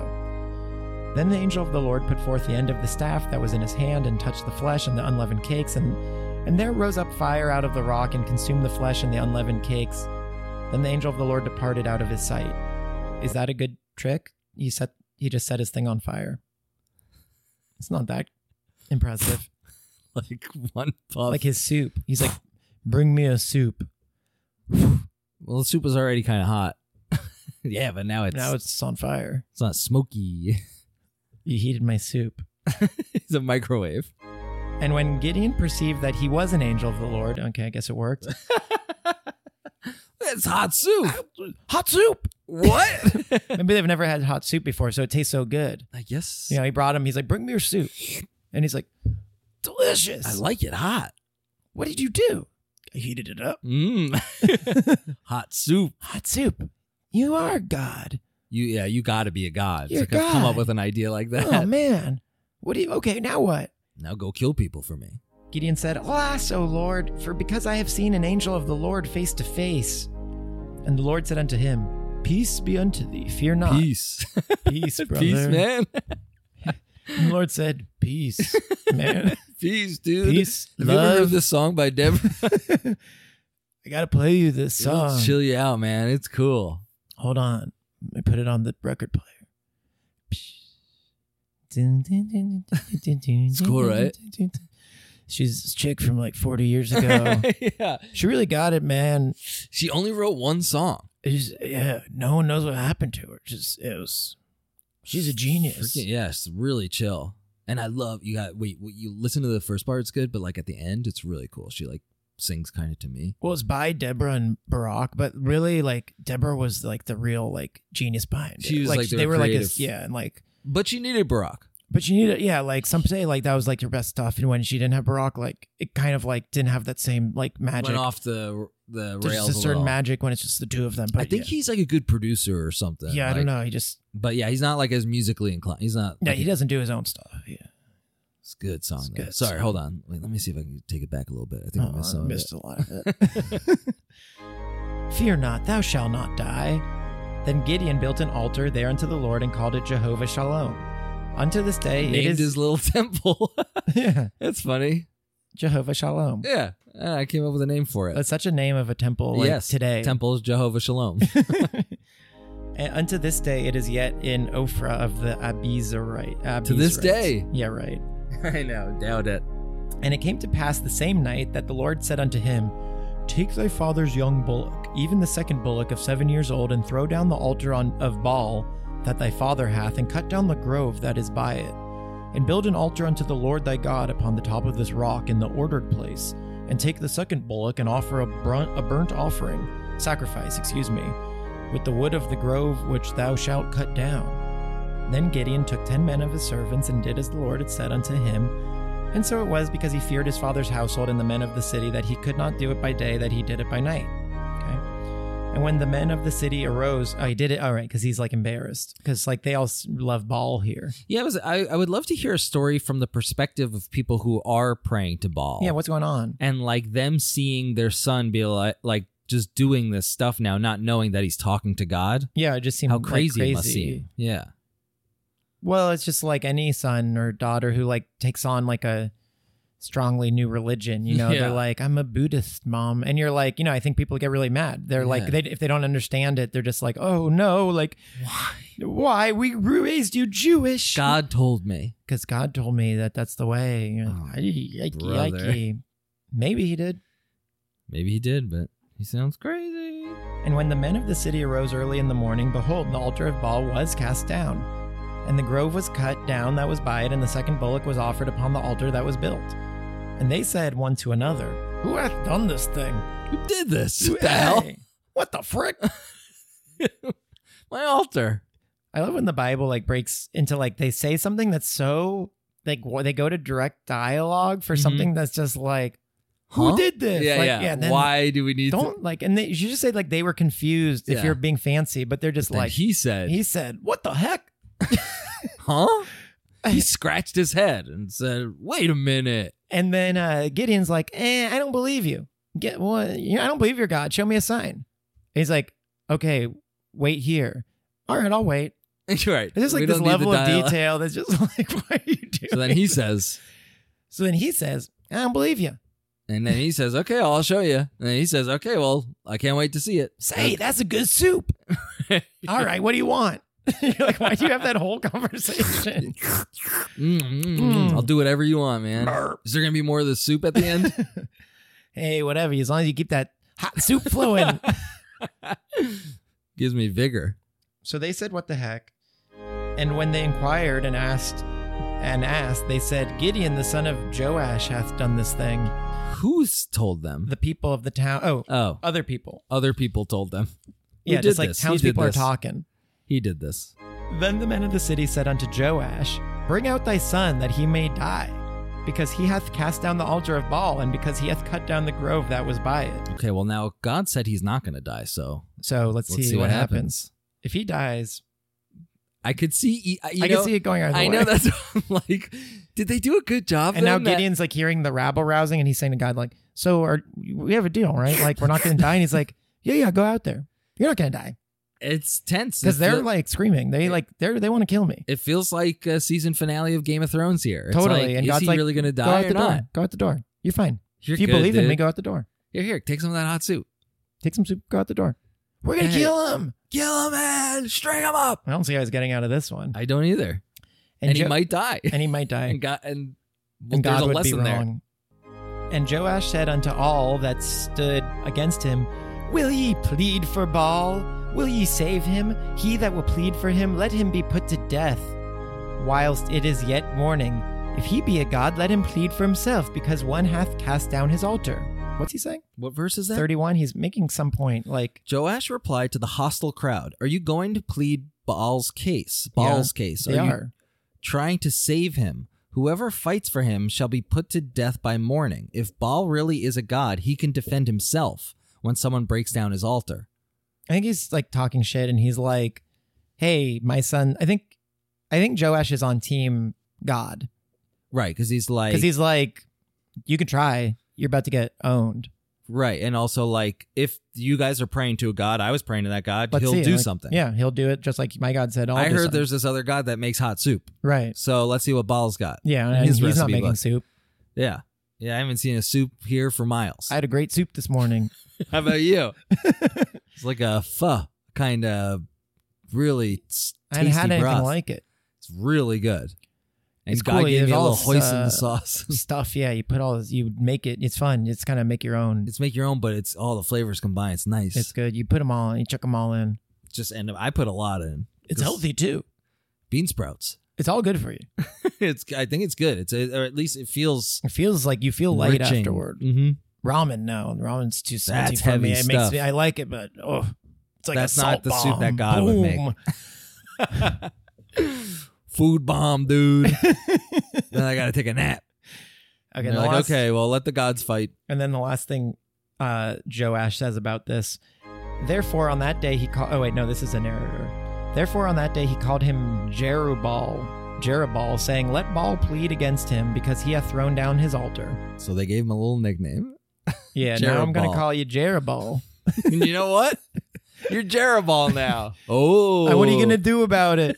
Speaker 1: Then the angel of the Lord put forth the end of the staff that was in his hand, and touched the flesh and the unleavened cakes, and and there rose up fire out of the rock and consumed the flesh and the unleavened cakes. Then the angel of the Lord departed out of his sight. Is that a good trick? He set he just set his thing on fire. It's not that impressive.
Speaker 2: Like one puff.
Speaker 1: like his soup. He's like, bring me a soup.
Speaker 2: well, the soup was already kind of hot. yeah, but now it's
Speaker 1: now it's on fire.
Speaker 2: it's not smoky.
Speaker 1: You heated my soup.
Speaker 2: it's a microwave.
Speaker 1: And when Gideon perceived that he was an angel of the Lord, okay, I guess it worked.
Speaker 2: It's hot soup.
Speaker 1: hot soup.
Speaker 2: what?
Speaker 1: Maybe they've never had hot soup before, so it tastes so good.
Speaker 2: I guess.
Speaker 1: You know, he brought him. He's like, "Bring me your soup," and he's like, "Delicious."
Speaker 2: I like it hot.
Speaker 1: what did you do? I heated it up.
Speaker 2: Mm. hot soup.
Speaker 1: Hot soup. You are God.
Speaker 2: You yeah, you got to be a god
Speaker 1: You're
Speaker 2: to co- come
Speaker 1: God.
Speaker 2: up with an idea like that.
Speaker 1: Oh man. What do you? Okay, now what?
Speaker 2: Now go kill people for me.
Speaker 1: Gideon said, Alas, O Lord, for because I have seen an angel of the Lord face to face. And the Lord said unto him, Peace be unto thee, fear not.
Speaker 2: Peace.
Speaker 1: Peace, brother.
Speaker 2: Peace, man.
Speaker 1: And the Lord said, Peace, man.
Speaker 2: Peace, dude.
Speaker 1: Peace,
Speaker 2: Have you ever heard
Speaker 1: love.
Speaker 2: this song by Deborah?
Speaker 1: I gotta play you this
Speaker 2: It'll
Speaker 1: song.
Speaker 2: Chill you out, man. It's cool.
Speaker 1: Hold on. Let me put it on the record player. It's
Speaker 2: cool, right?
Speaker 1: She's this chick from like 40 years ago.
Speaker 2: yeah.
Speaker 1: she really got it, man.
Speaker 2: She only wrote one song.
Speaker 1: It's- yeah, no one knows what happened to her. Just it was. She's a genius.
Speaker 2: Freaking, yeah, it's really chill. And I love you got wait, wait, you listen to the first part, it's good, but like at the end, it's really cool. She like sings kind of to me.
Speaker 1: Well, it's by Deborah and Barack, but really, like Deborah was like the real like genius behind
Speaker 2: She
Speaker 1: it.
Speaker 2: was,
Speaker 1: like,
Speaker 2: like, the
Speaker 1: they were like
Speaker 2: creative-
Speaker 1: a, yeah, and like
Speaker 2: But she needed Barack.
Speaker 1: but you need yeah, like some say like that was like your best stuff, and when she didn't have Barack, like it kind of like didn't have that same like magic.
Speaker 2: Went off the the
Speaker 1: There's
Speaker 2: rails.
Speaker 1: just a certain
Speaker 2: little.
Speaker 1: magic when it's just the two of them. But
Speaker 2: I think
Speaker 1: yeah.
Speaker 2: he's like a good producer or something.
Speaker 1: yeah, I don't
Speaker 2: like-
Speaker 1: know. He just
Speaker 2: But yeah, he's not like as musically inclined. He's not.
Speaker 1: yeah,
Speaker 2: like,
Speaker 1: he doesn't do his own stuff. Yeah,
Speaker 2: It's a good song.
Speaker 1: It's
Speaker 2: though.
Speaker 1: good
Speaker 2: Sorry,
Speaker 1: song.
Speaker 2: hold on. Wait, let me see if I can take it back a little bit. I think
Speaker 1: Oh,
Speaker 2: I missed some. of
Speaker 1: missed
Speaker 2: it.
Speaker 1: a lot of it. Fear not, thou shalt not die. Then Gideon built an altar there unto the Lord and called it Jehovah Shalom. Unto this day,
Speaker 2: He
Speaker 1: it
Speaker 2: Named
Speaker 1: is
Speaker 2: his little temple.
Speaker 1: yeah,
Speaker 2: That's funny.
Speaker 1: Jehovah Shalom.
Speaker 2: Yeah, Uh, I came up with a name for it.
Speaker 1: That's such a name of a temple like
Speaker 2: Yes,
Speaker 1: today.
Speaker 2: Temples Jehovah Shalom.
Speaker 1: and unto this day, it is yet in Ophrah of the Abizarite.
Speaker 2: To this
Speaker 1: Abizrites.
Speaker 2: day.
Speaker 1: Yeah, right.
Speaker 2: I know. Doubt it.
Speaker 1: And it came to pass the same night that the Lord said unto him, Take thy father's young bullock, even the second bullock of seven years old, and throw down the altar on, of Baal that thy father hath, and cut down the grove that is by it. And build an altar unto the Lord thy God upon the top of this rock in the ordered place, and take the second bullock and offer a, brunt, a burnt offering, sacrifice, excuse me, with the wood of the grove which thou shalt cut down. Then Gideon took ten men of his servants and did as the Lord had said unto him, and so it was because he feared his father's household and the men of the city that he could not do it by day, that he did it by night. Okay. And when the men of the city arose, oh, he did it. All right, because he's like embarrassed, because like they all s- love Baal here.
Speaker 2: Yeah, it was, I, I would love to hear a story from the perspective of people who are praying to Baal.
Speaker 1: Yeah, what's going on?
Speaker 2: and like them seeing their son be like, like just doing this stuff now, not knowing that he's talking to God.
Speaker 1: Yeah, it just seemed
Speaker 2: How
Speaker 1: like,
Speaker 2: crazy, it must
Speaker 1: crazy.
Speaker 2: seem. Yeah.
Speaker 1: Well, it's just like any son or daughter who like takes on like a strongly new religion. You know,
Speaker 2: Yeah.
Speaker 1: they're like, "I'm a Buddhist, mom," and you're like, you know, I think people get really mad. They're like,
Speaker 2: Yeah.
Speaker 1: they, if they don't understand it, they're just like, "Oh no!" Like, why we raised you Jewish?
Speaker 2: God told me.
Speaker 1: because God told me that that's the way. You're like,
Speaker 2: Oh,
Speaker 1: "Ay, yikey,
Speaker 2: brother.
Speaker 1: yikey." Maybe he did.
Speaker 2: Maybe he did, but he sounds crazy.
Speaker 1: And when the men of the city arose early in the morning, behold, the altar of Baal was cast down, and the grove was cut down that was by it, and the second bullock was offered upon the altar that was built. And they said one to another, Who hath done this thing?
Speaker 2: Who did this?
Speaker 1: Who-
Speaker 2: What the hell?
Speaker 1: Hey, What the frick?
Speaker 2: My altar.
Speaker 1: I love when the Bible like breaks into like they say something that's so like wh- they go to direct dialogue for
Speaker 2: Mhm.
Speaker 1: something that's just like
Speaker 2: Huh?
Speaker 1: who did this?
Speaker 2: Yeah,
Speaker 1: like,
Speaker 2: yeah.
Speaker 1: and then-
Speaker 2: Why do we need to?
Speaker 1: don't like and they, you should just say like they were confused
Speaker 2: Yeah.
Speaker 1: if you're being fancy but they're just
Speaker 2: Then
Speaker 1: like he,
Speaker 2: he said,
Speaker 1: said what the heck
Speaker 2: huh? He scratched his head and said, wait a minute.
Speaker 1: and then uh gideon's like eh, i don't believe you get what you know, i don't believe your god show me a sign And he's like okay wait here all right i'll wait
Speaker 2: You're right.
Speaker 1: it's just like
Speaker 2: We
Speaker 1: this
Speaker 2: don't need the
Speaker 1: level of
Speaker 2: dialogue.
Speaker 1: detail that's just like what are you doing
Speaker 2: So then he says,
Speaker 1: so then he says i don't believe you
Speaker 2: and then he says, okay, I'll show you. And then he says, okay, well, I can't wait to see it.
Speaker 1: say that's a good soup all right what do you want you're like why do you have that whole conversation
Speaker 2: Mm, mm, mm.
Speaker 1: Mm.
Speaker 2: I'll do whatever you want, man. Is there gonna be more of the soup at the end?
Speaker 1: hey whatever as long as you keep that hot soup flowing
Speaker 2: Gives me vigor.
Speaker 1: So they said, "What the heck?" And when they inquired and asked, and asked, they said, "Gideon, the son of Joash, hath done this thing."
Speaker 2: Who's told them?
Speaker 1: The people of the town. Oh,
Speaker 2: Oh,
Speaker 1: other people.
Speaker 2: other people told them. Who
Speaker 1: yeah,
Speaker 2: did
Speaker 1: just like
Speaker 2: this? He did
Speaker 1: townspeople are
Speaker 2: this.
Speaker 1: talking.
Speaker 2: He did this.
Speaker 1: Then the men of the city said unto Joash, Bring out thy son, that he may die, because he hath cast down the altar of Baal, and because he hath cut down the grove that was by it.
Speaker 2: Okay, well now God said he's not gonna die, so
Speaker 1: So let's,
Speaker 2: let's see, what happens.
Speaker 1: If he dies,
Speaker 2: I could see. e- You
Speaker 1: I
Speaker 2: know,
Speaker 1: can see it going either
Speaker 2: I
Speaker 1: way.
Speaker 2: know that's what I'm like. Did they do a good job?
Speaker 1: and now
Speaker 2: then? That-
Speaker 1: Gideon's like hearing the rabble rousing, and he's saying to God, like, "So are we have a deal, right? Like we're not going to die." And he's like, "Yeah, yeah, go out there. You're not going to die
Speaker 2: it's tense
Speaker 1: because
Speaker 2: It
Speaker 1: they're
Speaker 2: feel-
Speaker 1: like screaming. They like they're they want to kill me.
Speaker 2: It feels like a season finale of Game of Thrones here. It's
Speaker 1: Totally,
Speaker 2: Like,
Speaker 1: and
Speaker 2: is
Speaker 1: God's
Speaker 2: he
Speaker 1: like,
Speaker 2: really gonna
Speaker 1: Go
Speaker 2: die
Speaker 1: out
Speaker 2: or
Speaker 1: the
Speaker 2: not?
Speaker 1: door. Go out the door. You're fine.
Speaker 2: You're
Speaker 1: if you
Speaker 2: good,
Speaker 1: believe in me,
Speaker 2: dude.
Speaker 1: go out the door.
Speaker 2: Here, here, take some of that hot soup.
Speaker 1: Take some soup. Go out the door. We're gonna
Speaker 2: Hey.
Speaker 1: kill him.
Speaker 2: Kill him, man. String him up.
Speaker 1: I don't see how he's getting out of this one.
Speaker 2: I don't either. And, he
Speaker 1: Jo-
Speaker 2: might die.
Speaker 1: And he might die.
Speaker 2: and God and, well,
Speaker 1: and
Speaker 2: there's
Speaker 1: God
Speaker 2: a
Speaker 1: would be
Speaker 2: lesson there.
Speaker 1: wrong. And Joash said unto all that stood against him, Will ye plead for Baal? Will ye save him? He that will plead for him, let him be put to death, whilst it is yet morning. If he be a god, let him plead for himself, because one hath cast down his altar. What's he saying?
Speaker 2: What verse is that?
Speaker 1: 31. He's making some point. Like,
Speaker 2: Joash replied to the hostile crowd, Are you going to plead Baal's case?
Speaker 1: Yeah,
Speaker 2: Baal's case. Are
Speaker 1: they
Speaker 2: you
Speaker 1: are.
Speaker 2: trying to save him? Whoever fights for him shall be put to death by morning. If Baal really is a god, he can defend himself when someone breaks down his altar.
Speaker 1: I think he's like talking shit and he's like, hey, my son. I think, I think Joash is on team God
Speaker 2: Right, because he's like
Speaker 1: because he's like, you can try. You're about to get owned.
Speaker 2: right, and also like if you guys are praying to a god, I was praying to that god,
Speaker 1: Let's
Speaker 2: he'll
Speaker 1: see,
Speaker 2: do
Speaker 1: like,
Speaker 2: something.
Speaker 1: Yeah, he'll do it just like my God said. I'll do
Speaker 2: I heard
Speaker 1: something.
Speaker 2: there's this other god that makes hot soup.
Speaker 1: right.
Speaker 2: So let's see what Baal's got.
Speaker 1: Yeah,
Speaker 2: in
Speaker 1: and
Speaker 2: his
Speaker 1: he's not
Speaker 2: recipe
Speaker 1: making
Speaker 2: book.
Speaker 1: soup.
Speaker 2: Yeah. Yeah, I haven't seen a soup here for miles.
Speaker 1: I had a great soup this morning.
Speaker 2: How about you? it's like a pho kind of really s-
Speaker 1: I
Speaker 2: tasty
Speaker 1: hadn't had anything
Speaker 2: broth.
Speaker 1: like it.
Speaker 2: it's really good. And
Speaker 1: It's
Speaker 2: God
Speaker 1: cool,
Speaker 2: gave
Speaker 1: it's
Speaker 2: me a
Speaker 1: all uh,
Speaker 2: little hoisin
Speaker 1: s-
Speaker 2: sauce.
Speaker 1: Stuff, yeah. You put all this, you make it. It's fun. It's kind of make your own. It's,
Speaker 2: it's make your own, but it's all the flavors combined. It's nice.
Speaker 1: good. You put them all, you chuck them all in.
Speaker 2: just and I put a lot in.
Speaker 1: It's
Speaker 2: Just
Speaker 1: healthy too.
Speaker 2: Bean sprouts.
Speaker 1: It's all good for you.
Speaker 2: it's I think it's good. It's or at least it feels
Speaker 1: It feels like you feel light
Speaker 2: enriching.
Speaker 1: afterward.
Speaker 2: Mm-hmm.
Speaker 1: Ramen, no, ramen's too salty
Speaker 2: That's
Speaker 1: for me.
Speaker 2: heavy
Speaker 1: It makes
Speaker 2: stuff.
Speaker 1: me. I like it, but oh, it's like
Speaker 2: That's
Speaker 1: a salt
Speaker 2: not the soup
Speaker 1: bomb.
Speaker 2: that God would make.
Speaker 1: Boom.
Speaker 2: Food bomb, dude. then I gotta take a nap.
Speaker 1: Okay,
Speaker 2: And
Speaker 1: the
Speaker 2: they're like,
Speaker 1: last-
Speaker 2: okay, well, let the gods fight.
Speaker 1: And then the last thing uh, Joe Ash says about this Therefore, on that day he called. Oh, wait, no, this is a narrator. Therefore, on that day he called him Jerubal, Jerubal, saying, Let Baal plead against him because he hath thrown down his altar.
Speaker 2: So they gave him a little nickname.
Speaker 1: Yeah, now I'm going
Speaker 2: Jerubbaal.
Speaker 1: to call you Jerubal.
Speaker 2: and you know what? You're Jerobal now. Oh,
Speaker 1: Uh, what are you going to do about it?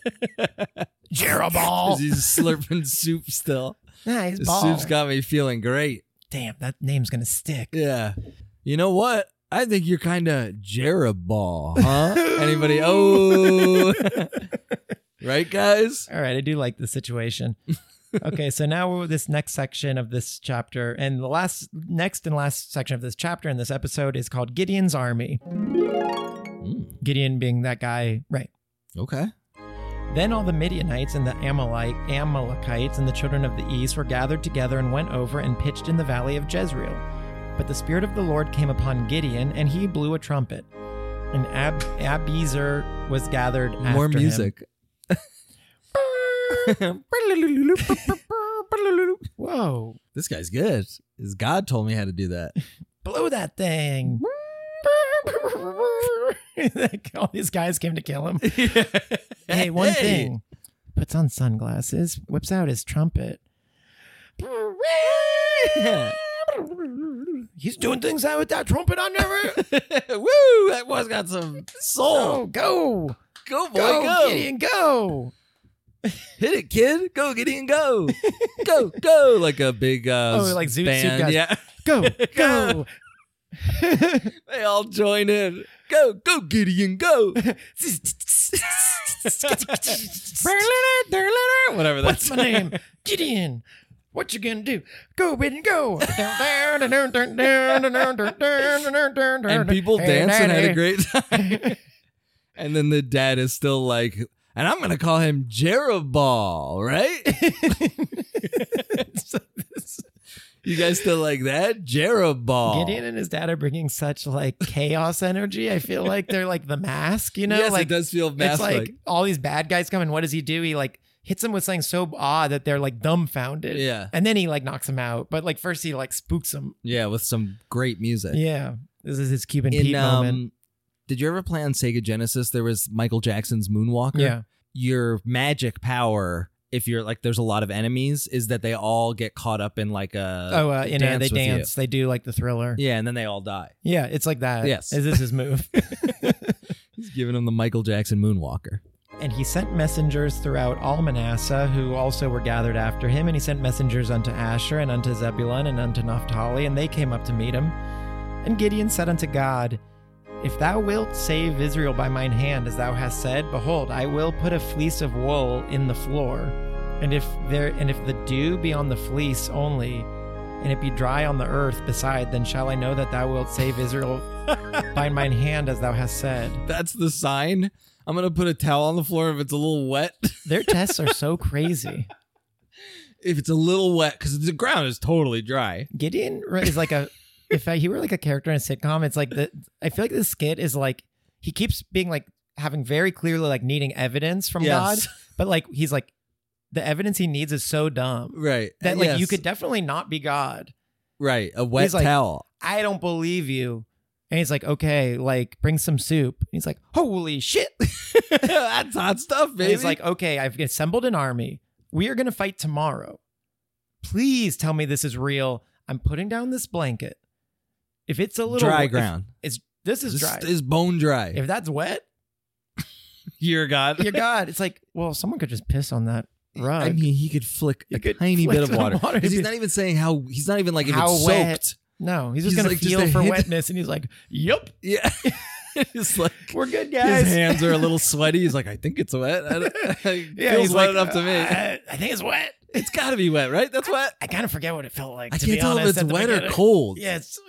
Speaker 1: Jerubal.
Speaker 2: He's slurping soup still.
Speaker 1: Nah, he's
Speaker 2: The
Speaker 1: Baal.
Speaker 2: soup's got me feeling great.
Speaker 1: Damn, that name's going to stick.
Speaker 2: Yeah. You know what? I think you're kind of Jerobal, huh? Anybody? Oh, right, guys.
Speaker 1: All right, I do like the situation. okay, so now we're this next section of this chapter, and the last, next and last section of this chapter in this episode is called Gideon's Army.
Speaker 2: Hmm. Mm,
Speaker 1: Gideon being that guy, right?
Speaker 2: okay.
Speaker 1: Then all the Midianites and the Amalite, Amalekites and the children of the east were gathered together and went over and pitched in the valley of Jezreel. But the Spirit of the Lord came upon Gideon, and he blew a trumpet. And Ab- Abiezer was gathered after
Speaker 2: More
Speaker 1: him.
Speaker 2: music.
Speaker 1: Whoa.
Speaker 2: this guy's good. His God told me how to do that.
Speaker 1: blew that thing. Like, All these guys came to kill him. Hey, one thing. Puts on sunglasses, whips out his trumpet.
Speaker 2: Yeah.
Speaker 1: He's doing things out with that trumpet on there.
Speaker 2: Woo! That one's got some soul.
Speaker 1: Oh, go.
Speaker 2: Go, boy,
Speaker 1: Go,
Speaker 2: go.
Speaker 1: Gideon, go.
Speaker 2: Hit it, kid. Go, Gideon, go. go, go. Like a big uh,
Speaker 1: Oh, like Zoot Suit
Speaker 2: band.
Speaker 1: guys.
Speaker 2: Yeah.
Speaker 1: Go, go.
Speaker 2: They all join in. Go, go, Gideon, go. Whatever
Speaker 1: What's
Speaker 2: that's
Speaker 1: my name? Gideon. What you gonna do? Go, Gideon, go. and
Speaker 2: And people dance and had a great time. and then the dad is still like, and I'm going to call him Jerobal, right? You guys still like that? Jerobal.
Speaker 1: Gideon and his dad are bringing such like chaos energy. I feel like they're like the mask, you know?
Speaker 2: yes,
Speaker 1: like
Speaker 2: it does feel
Speaker 1: it's
Speaker 2: mask
Speaker 1: like all these bad guys come and what does he do? He like hits them with something so odd that they're like dumbfounded.
Speaker 2: Yeah.
Speaker 1: And then he like knocks them out. But like first he like spooks them.
Speaker 2: Yeah, with some great music.
Speaker 1: Yeah. This is his Cuban
Speaker 2: Uh, In,
Speaker 1: Pete moment.
Speaker 2: um, did you ever play on Sega Genesis? There was Michael Jackson's Moonwalker.
Speaker 1: Yeah.
Speaker 2: Your magic power, if you're like, there's a lot of enemies, is that they all get caught up in like a.
Speaker 1: oh, uh, you know,
Speaker 2: dance
Speaker 1: they
Speaker 2: with you.
Speaker 1: dance. They do like the thriller. Yeah,
Speaker 2: Yeah, and then they all die.
Speaker 1: it's like that.
Speaker 2: Yes.
Speaker 1: Is this his move?
Speaker 2: He's giving them the Michael Jackson Moonwalker.
Speaker 1: And he sent messengers throughout all Manasseh, who also were gathered after him. And he sent messengers unto Asher, and unto Zebulun, and unto Naphtali, and they came up to meet him. And Gideon said unto God, If thou wilt save Israel by mine hand, as thou hast said, behold, I will put a fleece of wool in the floor, and if there and if the dew be on the fleece only, and it be dry on the earth beside, then shall I know that thou wilt save Israel by mine hand, as thou hast said.
Speaker 2: That's the sign. I'm going to put a towel on the floor if it's a little wet.
Speaker 1: Their tests are so crazy.
Speaker 2: if it's a little wet because the ground is totally dry.
Speaker 1: Gideon re- is like a if I, he were like a character in a sitcom, it's like the I feel like this skit is like he keeps being like having very clearly like needing evidence from God, but like he's like the evidence he needs is so dumb
Speaker 2: right.
Speaker 1: that like you
Speaker 2: Yes.
Speaker 1: could definitely not be God.
Speaker 2: right a wet
Speaker 1: He's like-
Speaker 2: towel.
Speaker 1: I don't believe you. And he's like, okay, like bring some soup. And he's like, holy shit.
Speaker 2: That's hot stuff,
Speaker 1: And
Speaker 2: baby.
Speaker 1: he's like, okay, I've assembled an army. We are going to fight tomorrow. Please tell me this is real. I'm putting down this blanket. If it's a little
Speaker 2: dry
Speaker 1: if
Speaker 2: ground.
Speaker 1: this is
Speaker 2: This
Speaker 1: dry.
Speaker 2: is bone dry.
Speaker 1: if that's wet,
Speaker 2: Your God.
Speaker 1: your God, it's like, well, someone could just piss on that rug.
Speaker 2: I mean, he could flick
Speaker 1: He
Speaker 2: a
Speaker 1: could
Speaker 2: tiny
Speaker 1: flick
Speaker 2: bit of
Speaker 1: the
Speaker 2: water.
Speaker 1: water.
Speaker 2: 'Cause he's not even saying how. He's not even like if
Speaker 1: How
Speaker 2: it's
Speaker 1: wet.
Speaker 2: soaked.
Speaker 1: no, he's just
Speaker 2: he's
Speaker 1: gonna
Speaker 2: like, just
Speaker 1: feel
Speaker 2: a
Speaker 1: for
Speaker 2: hint.
Speaker 1: wetness, and he's like, "Yep,
Speaker 2: Yeah. it's like
Speaker 1: we're good,
Speaker 2: his
Speaker 1: guys."
Speaker 2: hands are a little sweaty. He's like, I think it's wet. I don't- it
Speaker 1: yeah,
Speaker 2: feels
Speaker 1: he's
Speaker 2: wet
Speaker 1: like, "Uh,
Speaker 2: enough to me.
Speaker 1: I, I think it's wet.
Speaker 2: it's got to be wet, right? That's wet.
Speaker 1: I kind of forget what it felt like.
Speaker 2: I
Speaker 1: to
Speaker 2: can't
Speaker 1: be
Speaker 2: tell
Speaker 1: honest,
Speaker 2: if it's
Speaker 1: at the
Speaker 2: wet or
Speaker 1: beginning.
Speaker 2: cold.
Speaker 1: Yeah, it's,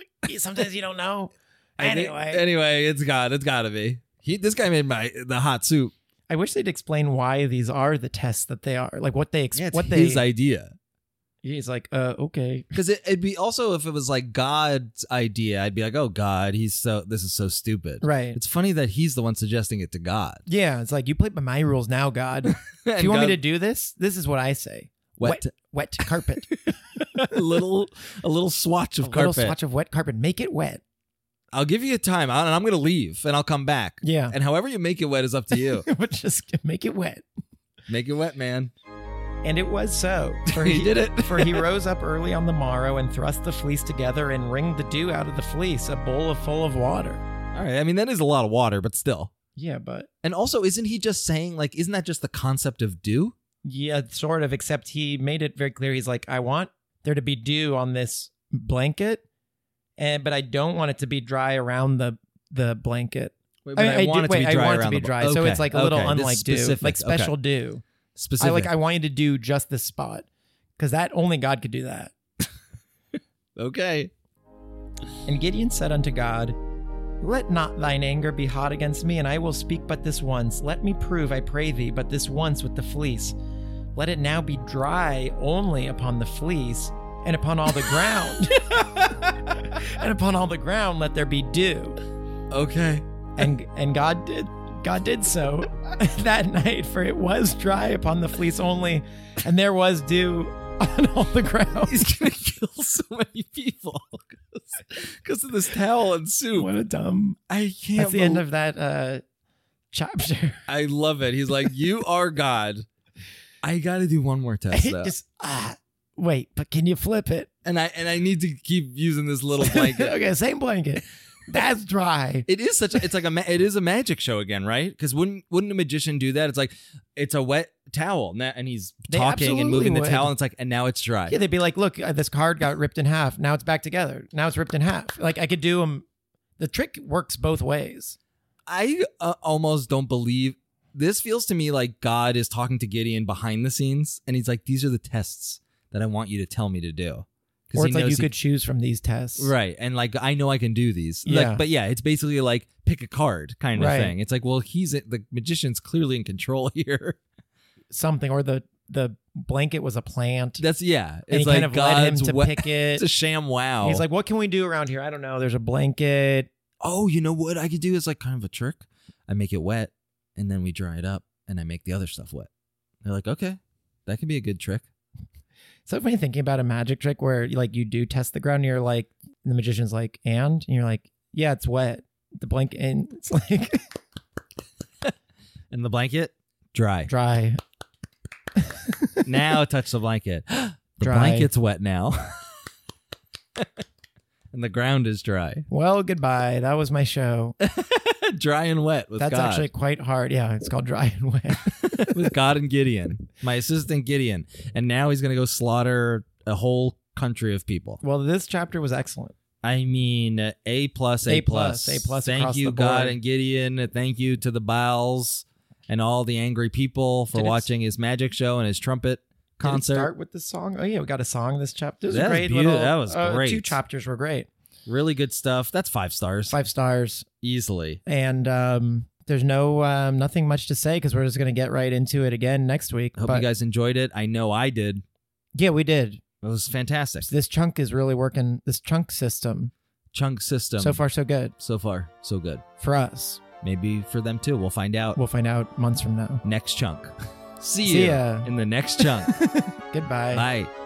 Speaker 1: sometimes you don't know.
Speaker 2: I think-
Speaker 1: anyway,
Speaker 2: anyway, it's got it's got to be. He this guy made my the hot soup.
Speaker 1: I wish they'd explain why these are the tests that they are, like what they ex-
Speaker 2: it's
Speaker 1: what they.
Speaker 2: his idea.
Speaker 1: he's like, uh, okay,
Speaker 2: Because it, it'd be also if it was like God's idea, I'd be like, oh God, he's so this is so stupid.
Speaker 1: right.
Speaker 2: It's funny that he's the one suggesting it to God.
Speaker 1: yeah, it's like you play by my rules now, God. If you want me to do this, this is what I say:
Speaker 2: wet,
Speaker 1: wet carpet,
Speaker 2: a little a little swatch
Speaker 1: a
Speaker 2: of
Speaker 1: little
Speaker 2: carpet?
Speaker 1: swatch of wet carpet, make it wet.
Speaker 2: I'll give you a time out, and I'm gonna leave, and I'll come back.
Speaker 1: Yeah,
Speaker 2: And however you make it wet is up to you.
Speaker 1: but just make it wet.
Speaker 2: make it wet, man.
Speaker 1: And it was so. For
Speaker 2: He did it.
Speaker 1: for he rose up early on the morrow and thrust the fleece together and wringed the dew out of the fleece, a bowl full of water.
Speaker 2: All right. I mean, that is a lot of water, but still.
Speaker 1: Yeah, but
Speaker 2: And also, isn't he just saying like, isn't that just the concept of dew?
Speaker 1: yeah, sort of. Except he made it very clear. He's like, I want there to be dew on this blanket, and but I don't want it to be dry around the the blanket.
Speaker 2: Wait,
Speaker 1: I, I do- wait, I want it to be dry, so it's like a little unlike dew, like special dew.
Speaker 2: specific.
Speaker 1: I like. I want you to do just this spot because that only God could do that.
Speaker 2: okay.
Speaker 1: And Gideon said unto God, Let not thine anger be hot against me, and I will speak but this once. Let me prove, I pray thee, but this once with the fleece. Let it now be dry only upon the fleece, and upon all the ground. and upon all the ground let there be dew.
Speaker 2: Okay.
Speaker 1: And and God did God did so that night, for it was dry upon the fleece only, and there was dew on all the ground.
Speaker 2: He's gonna kill so many people because of this towel and soup.
Speaker 1: What a dumb
Speaker 2: I can't.
Speaker 1: That's the end
Speaker 2: believe-
Speaker 1: of that uh, chapter.
Speaker 2: I love it. He's like, you are God. I got to do one more test though,
Speaker 1: Just ah, wait, but can you flip it?
Speaker 2: and I and I need to keep using this little blanket.
Speaker 1: okay, same blanket. That's dry.
Speaker 2: It is such. A, it's like a. ma- It is a magic show again, right? Because wouldn't wouldn't a magician do that? It's like it's a wet towel, na- and he's
Speaker 1: They
Speaker 2: talking and moving the
Speaker 1: absolutely
Speaker 2: towel.
Speaker 1: would.
Speaker 2: And it's like, and now it's dry.
Speaker 1: Yeah, they'd be like, look, uh, this card got ripped in half. Now it's back together. Now it's ripped in half. Like I could do them. The trick works both ways.
Speaker 2: I uh, almost don't believe. This feels to me like God is talking to Gideon behind the scenes, and he's like, "These are the tests that I want you to tell me to do."
Speaker 1: Or
Speaker 2: 'Cause he
Speaker 1: it's like you
Speaker 2: knows he-
Speaker 1: could choose from these tests.
Speaker 2: right, and like I know I can do these.
Speaker 1: Yeah.
Speaker 2: Like, but yeah, it's basically like pick a card kind of
Speaker 1: Right.
Speaker 2: thing. It's like, well, he's the magician's clearly in control here.
Speaker 1: Something or the the blanket was a plant.
Speaker 2: That's yeah. It's
Speaker 1: and he
Speaker 2: like
Speaker 1: kind of led him
Speaker 2: God's
Speaker 1: to
Speaker 2: wet-
Speaker 1: pick it.
Speaker 2: It's a sham wow.
Speaker 1: He's like, what can we do around here? I don't know. There's a blanket.
Speaker 2: oh, you know what I could do is like kind of a trick. I make it wet and then we dry it up and I make the other stuff wet. They're like, okay, that could be a good trick.
Speaker 1: So funny thinking about a magic trick where like you do test the ground and you're like the magician's like and, and you're like yeah it's wet the blanket and it's like
Speaker 2: And the blanket, dry.
Speaker 1: dry
Speaker 2: Now touch the blanket. the
Speaker 1: Dry.
Speaker 2: blanket's wet now. and the ground is dry.
Speaker 1: well goodbye that was my show
Speaker 2: dry and wet with
Speaker 1: that's
Speaker 2: God.
Speaker 1: actually quite hard yeah it's called dry and wet
Speaker 2: with God and Gideon, my assistant Gideon. And now he's going to go slaughter a whole country of people.
Speaker 1: well this chapter was excellent
Speaker 2: I mean, uh, A plus, A,
Speaker 1: A plus, A plus
Speaker 2: Thank
Speaker 1: across
Speaker 2: you,
Speaker 1: the
Speaker 2: God
Speaker 1: board.
Speaker 2: and Gideon. Thank you to the Biles and all the angry people for
Speaker 1: Did it-
Speaker 2: watching his magic show and his
Speaker 1: Did
Speaker 2: trumpet
Speaker 1: it
Speaker 2: concert.
Speaker 1: start with the song oh yeah we got a song this chapter this was
Speaker 2: That
Speaker 1: a
Speaker 2: was
Speaker 1: great
Speaker 2: beauti-
Speaker 1: little
Speaker 2: that was
Speaker 1: uh,
Speaker 2: great.
Speaker 1: two chapters were great
Speaker 2: Really good stuff. That's five stars
Speaker 1: five stars
Speaker 2: easily.
Speaker 1: and um there's no um nothing much to say because we're just gonna get right into it again next week
Speaker 2: Hope
Speaker 1: but
Speaker 2: you guys enjoyed it. I know I did.
Speaker 1: Yeah, we did.
Speaker 2: It was fantastic.
Speaker 1: This chunk is really working. This chunk system,
Speaker 2: Chunk system.
Speaker 1: so far, so good
Speaker 2: So far, so good.
Speaker 1: for us.
Speaker 2: Maybe for them too. We'll find out
Speaker 1: We'll find out months from now.
Speaker 2: next chunk. See,
Speaker 1: See
Speaker 2: you
Speaker 1: ya.
Speaker 2: in the next chunk.
Speaker 1: Goodbye.
Speaker 2: Bye.